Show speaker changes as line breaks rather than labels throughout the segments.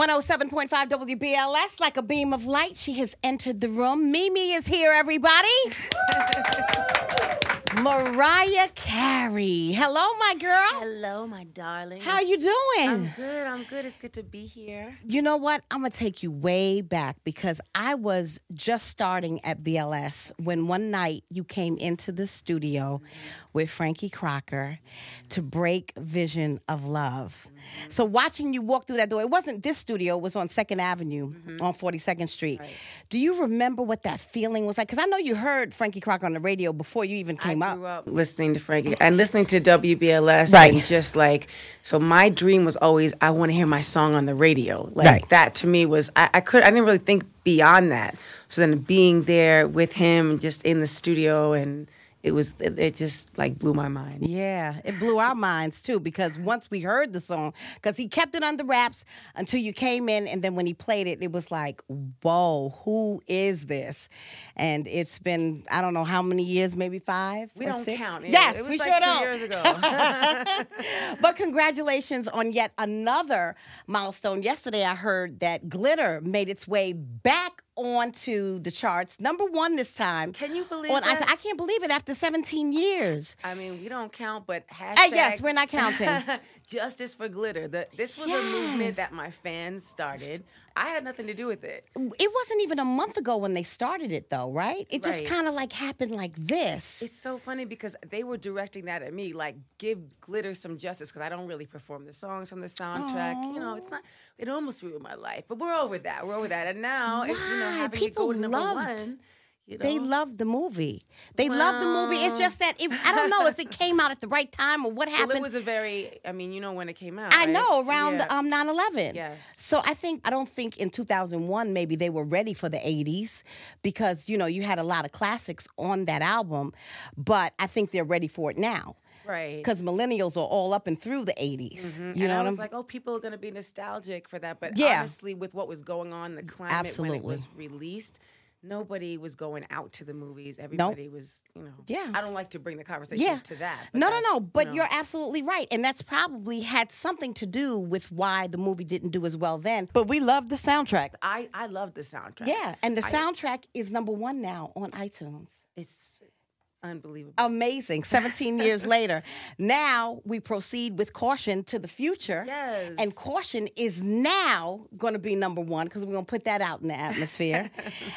107.5 WBLS, like a beam of light, she has entered the room. Mimi is here, everybody. Mariah Carey. Hello, my girl.
Hello, my darling.
How you doing?
I'm good. I'm good. It's good to be here.
You know what? I'm going to take you way back because I was just starting at BLS when one night you came into the studio with Frankie Crocker to break Vision of Love. So, watching you walk through that door, it wasn't this studio, it was on 2nd Avenue on 42nd Street. Do you remember what that feeling was like? Because I know you heard Frankie Crocker on the radio before you even came up.
Grew up listening to Frankie and listening to WBLS
Right.
and just like so my dream was always I want to hear my song on the radio. Like
Right.
that to me was I, I could I didn't really think beyond that. So then being there with him and just in the studio and it was it, it just like blew my mind.
Yeah, it blew our minds too because once we heard the song, because he kept it under wraps until you came in, and then when he played it, it was like, whoa, who is this? And it's been, I don't know how many years, maybe five?
We
or
don't
six?
count.
Yes,
it was
we
like
sure
two
don't.
years ago.
But congratulations on yet another milestone. Yesterday, I heard that Glitter made its way back onto the charts, number one this time.
Can you believe
on,
that?
I, I can't believe it after 17 years.
I mean, we don't count, but hashtag.
Hey, Uh, yes, we're not counting.
Justice for glitter. The, this was a movement that my fans started. I had nothing to do with it.
it wasn't even a month ago when they started it though right it just
Right.
kind of like happened like this
It's so funny because they were directing that at me, like give glitter some justice, because I don't really perform the songs from the soundtrack. You know, it's not. It almost ruined my life, but we're over that. We're over that. And now, if, you know,
Why?
having
People
it go to number
loved-
one, you know,
they loved the movie they loved the movie it's just that it, i don't know if it came out at the right time or what happened
Well, it was a very. I mean, you know when it came out.
I
right?
know around
Yeah.
um 9/11.
Yes.
So I think I don't think in 2001 maybe they were ready for the 80s because you know you had a lot of classics on that album, but I think they're ready for it now
right.
because millennials are all up and through the 80s. You
and
know
I
what
was
I'm
like, oh, people are going to be nostalgic for that. But
Yeah. Mm,
honestly, with what was going on, the climate when it
Absolutely.
was released, nobody was going out to the movies. Everybody was, you know.
Yeah.
I don't like to bring the conversation to that. but
No, no,
that's,
no.
you
But
know.
you're absolutely right, and that's probably had something to do with why the movie didn't do as well then. But we love the soundtrack.
I, I love the soundtrack.
Yeah, and the
I-
soundtrack is number one now on iTunes.
It's unbelievable.
Amazing. 17 years later. Now we proceed with caution to the future.
Yes.
And caution is now going to be number one because we're going to put that out in the atmosphere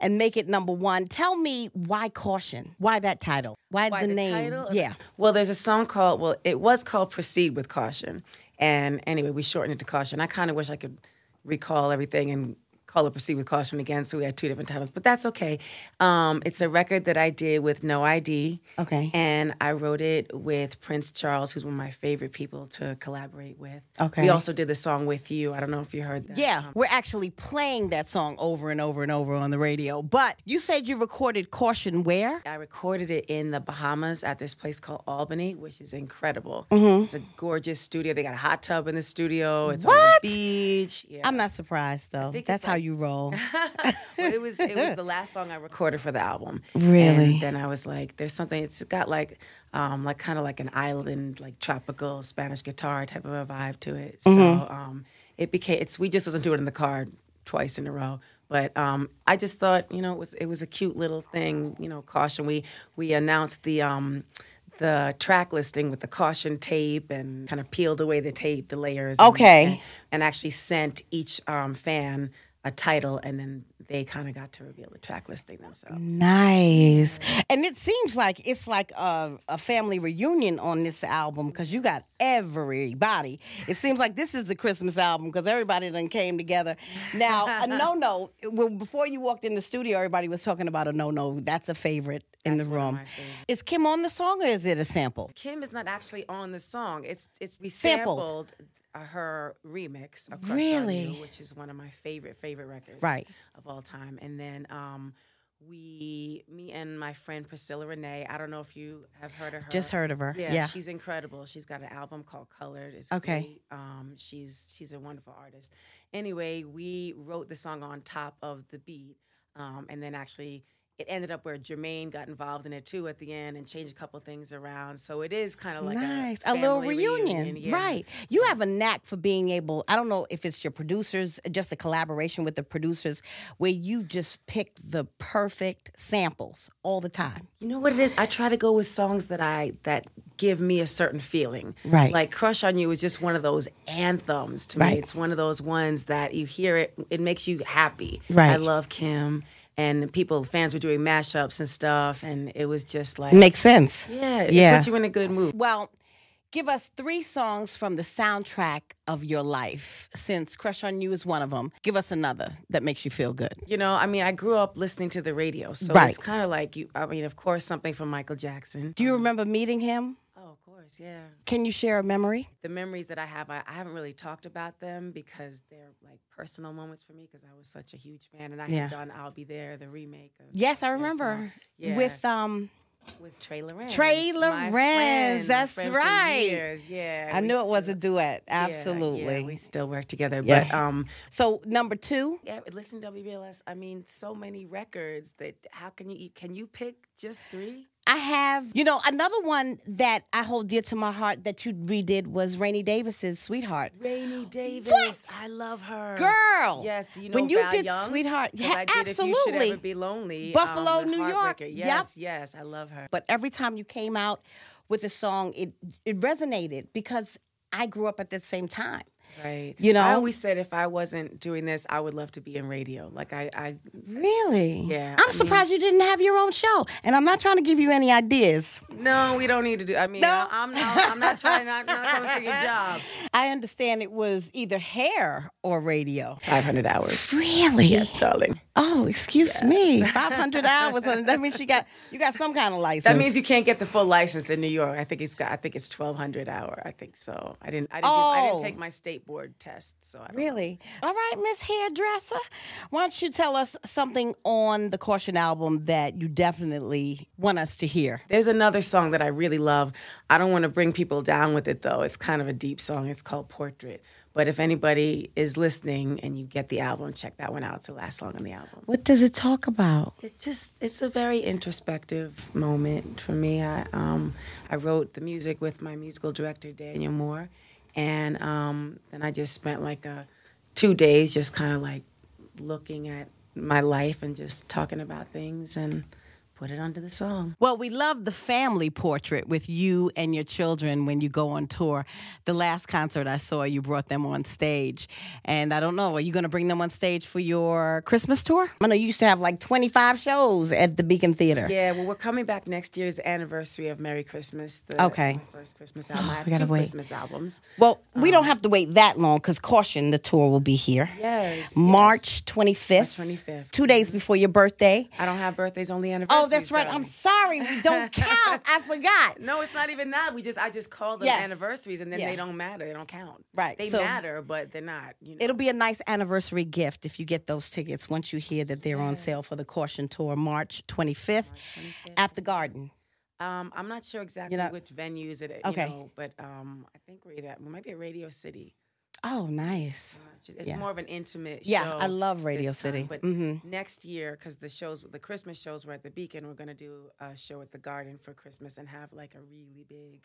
and make it number one. Tell me why caution? Why that title? Why,
Why
the,
the
name?
title?
Yeah.
Well, there's a song called, well, it was called Proceed with Caution. And anyway, we shortened it to Caution. I kind of wish I could recall everything and call it Proceed with Caution again. So we had two different titles, but that's okay. Um, it's a record that I did with No ID.
Okay.
And I wrote it with Prince Charles, who's one of my favorite people to collaborate with.
Okay.
We also did the song with you. I don't know if you heard that.
Yeah, we're actually playing that song over and over and over on the radio. But you said you recorded Caution where?
I recorded it in the Bahamas at this place called Albany, which is incredible. It's a gorgeous studio. They got a hot tub in the studio. It's on
What?
the beach. Yeah.
I'm not surprised though.
think
That's
it's
how
like-
you roll.
Well, it was it was the last song I recorded for the album.
Really?
And then I was like, there's something. It's got like, um, like kind of like an island, like tropical Spanish guitar type of a vibe to it. So um, it became. It's we just listened to it in the car twice in a row. But um, I just thought, you know, it was it was a cute little thing. You know, caution. We we announced the. Um, the track listing with the caution tape and kind of peeled away the tape, the layers. and-
Okay.
and- and actually sent each um, fan a title, and then they kind of got to reveal the track listing themselves.
Nice. And it seems like it's like a, a family reunion on this album because you got everybody. It seems like this is the Christmas album because everybody then came together. Now, a no no, well, before you walked in the studio, everybody was talking about a no no. That's a favorite in the
one of
room.
my favorites.
Is Kim on the song or is it a sample?
Kim is not actually on the song. It's it's we
Sampled.
sampled, uh, her remix of Crush on
Really?
You, which is one of my favorite favorite records
Right.
of all time. And then um, we, me and my friend Priscilla Renee. I don't know if you have heard of her.
Just heard of her.
Yeah,
Yeah.
she's incredible. She's got an album called Colored. It's
Okay.
great. Um, she's she's a wonderful artist. Anyway, we wrote the song on top of the beat, um, and then actually it ended up where Jermaine got involved in it too at the end and changed a couple things around. So it is kind of like
nice.
a,
A, little
family
reunion.
yeah.
Right. You have a knack for being able, I don't know if it's your producers, just a collaboration with the producers, where you just pick the perfect samples all the time.
You know what it is? I try to go with songs that I that give me a certain feeling.
Right.
Like Crush on You is just one of those anthems to
Right.
me. It's one of those ones that you hear it, it makes you happy.
Right.
I love Kim and people fans were doing mashups and stuff and it was just like
Makes sense.
Yeah, it
Yeah.
puts you in a good mood.
Well, give us three songs from the soundtrack of your life, since Crush on You is one of them. Give us another that makes you feel good.
You know, I mean, I grew up listening to the radio, so
Right.
it's kind of like you. I mean, of course, something from Michael Jackson.
Do you remember meeting him?
Oh, of course, yeah.
Can you share a memory?
The memories that I have, I, I haven't really talked about them because they're like personal moments for me because I was such a huge fan, and I
Yeah.
had done "I'll Be There," the remake. Of
Yes, I
their
remember.
song. Yeah.
With um,
with Trey Lorenz.
Trey
my
Lorenz,
friend, my
that's
friend for
right.
years, Yeah,
I
we
knew it was a
still-
duet.
yeah, yeah,
Absolutely.
we still work together,
Yeah.
but um,
So number two,
Yeah, but listen to WBLS. I mean, so many records that how can you can you pick just three?
I have, you know, another one that I hold dear to my heart that you redid was Rainy Davis's Sweetheart.
Rainy Davis. I love her.
Girl.
Yes, do you know
When Uh, you
Val
did
Young?
Sweetheart,
'Cause
yeah,
I did If you should
absolutely.
ever be lonely. um,
Buffalo,
with
New York.
Heartbreaker.
Yep.
Yes, yes, I love her.
But every time you came out with a song, it it resonated because I grew up at the same time.
Right.
You know?
I always said if I wasn't doing this, I would love to be in radio. Like I, I
Really?
Yeah, I
I'm
mean-
surprised you didn't have your own show. And I'm not trying to give you any ideas.
no, we don't need to do. I mean,
No.
I'm, I'm, I'm not trying. Not, not coming for your job.
I understand it was either hair or radio.
Five hundred hours.
Really?
Yes, darling.
Oh, excuse me. 500 hours. and That means you got you got some kind of license.
That means you can't get the full license in New York. I think it's got. I think it's twelve hundred hour. I think so. I didn't. I didn't, do, I
Oh.
didn't take my state board test. So I don't
Really? All right, Miss Hairdresser. Why don't you tell us something on the Caution album that you definitely want us to hear?
There's another song that I really love. I don't want to bring people down with it though. It's kind of a deep song. It's called Portrait. But if anybody is listening and you get the album, check that one out. It's the last song on the album.
What does it talk about?
It's just it's a very introspective moment for me. I um, I wrote the music with my musical director Daniel Moore, and um, then I just spent like a two days just kind of like looking at my life and just talking about things and put it onto the song.
Well, we love the family portrait with you and your children when you go on tour. The last concert I saw, you brought them on stage. And I don't know, are you going to bring them on stage for your Christmas tour? I know you used to have like 25 shows at the Beacon Theater.
Yeah, well, we're coming back next year's anniversary of Merry Christmas. The,
Okay.
my first Christmas album. I have
we gotta
two
wait.
Christmas albums.
Well, we don't have to wait that long because Caution, the tour will be here.
Yes,
March Mm-hmm. 25th.
March 25th.
Two days before your birthday.
I don't have birthdays, only anniversaries.
Oh, that's right. I'm
darling.
sorry. We don't count. I forgot.
No, it's not even that. We just I just call them
Yes.
anniversaries, and then
Yeah.
they don't matter. They don't count.
Right,
They
so-
matter, but they're not. You know.
It'll be a nice anniversary gift if you get those tickets once you hear that they're on sale for the Caution Tour March 25th, at the Garden.
um, I'm not sure exactly
know-
which venues it.
Okay.
You know, but um, I think we're either at- we might be at Radio City.
Oh, nice.
It's
Yeah.
more of an intimate.
Yeah,
show
I love Radio
this time,
City.
but
Mhm.
next year, because the shows, the Christmas shows were at the Beacon, we're gonna do a show at the Garden for Christmas and have like a really big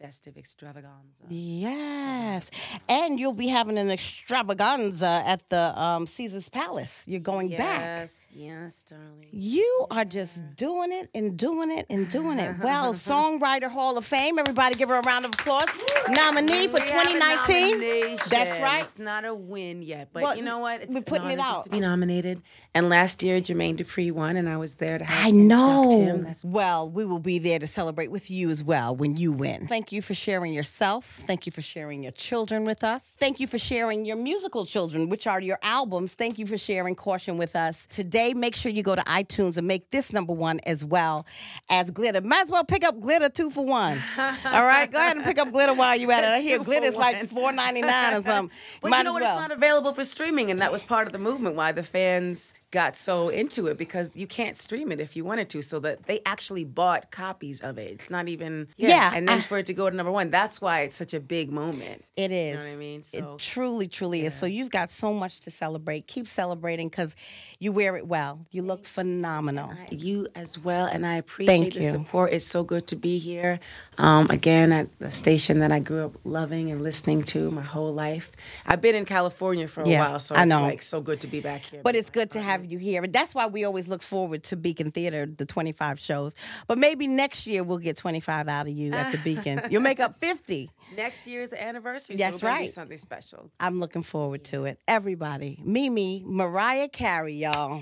festive extravaganza.
Yes. And you'll be having an extravaganza at the um, Caesar's Palace. You're going back.
Yes, yes, darling.
You are just doing it and doing it and doing it. Well, Songwriter Hall of Fame. Everybody give her a round of applause. Nominee for
We have a
2019. That's
nomination.
right.
It's not a win yet, but
Well,
you know what? It's
we're
an
putting it
honor just
out.
to be nominated. And last year, Jermaine Dupri won, and I was there to help
I know.
induct him. That's
well, we will be there to celebrate with you as well when you win. Thank you for sharing yourself. Thank you for sharing your children with us. Thank you for sharing your musical children, which are your albums. Thank you for sharing Caution with us. Today, make sure you go to iTunes and make this number one as well as Glitter. Might as well pick up Glitter two for one. All right, go ahead and pick up Glitter while you're at it. I hear
Two for
Glitter's like
one.
four ninety nine or something.
But
Might
you know
as
what?
well.
It's not available for streaming, and that was part of the movement why the fans got so into it because you can't stream it if you wanted to. So that they actually bought copies of it. It's not even
Yeah,
And then
I-
for it to go to number one, that's why it's such a big moment.
It is.
what I mean? So-
it truly, truly is. So you've got so much to celebrate. Keep celebrating because you wear it well. You look phenomenal.
You as well, and I appreciate
Thank
the
you.
support. It's so good to be here um, again at the station that I grew up loving and listening to my whole life. I've been in California for a
Yeah,
while, so
I
it's
know.
like so good to be back here.
But it's good to have you here. That's why we always look forward to Beacon Theater, the 25 shows. But maybe next year we'll get 25 out of you at the Beacon. You'll make up 50.
next year's the anniversary. so
That's
we're gonna do
right.
something special.
I'm looking forward to it. Everybody, Mimi, Mariah Carey, y'all.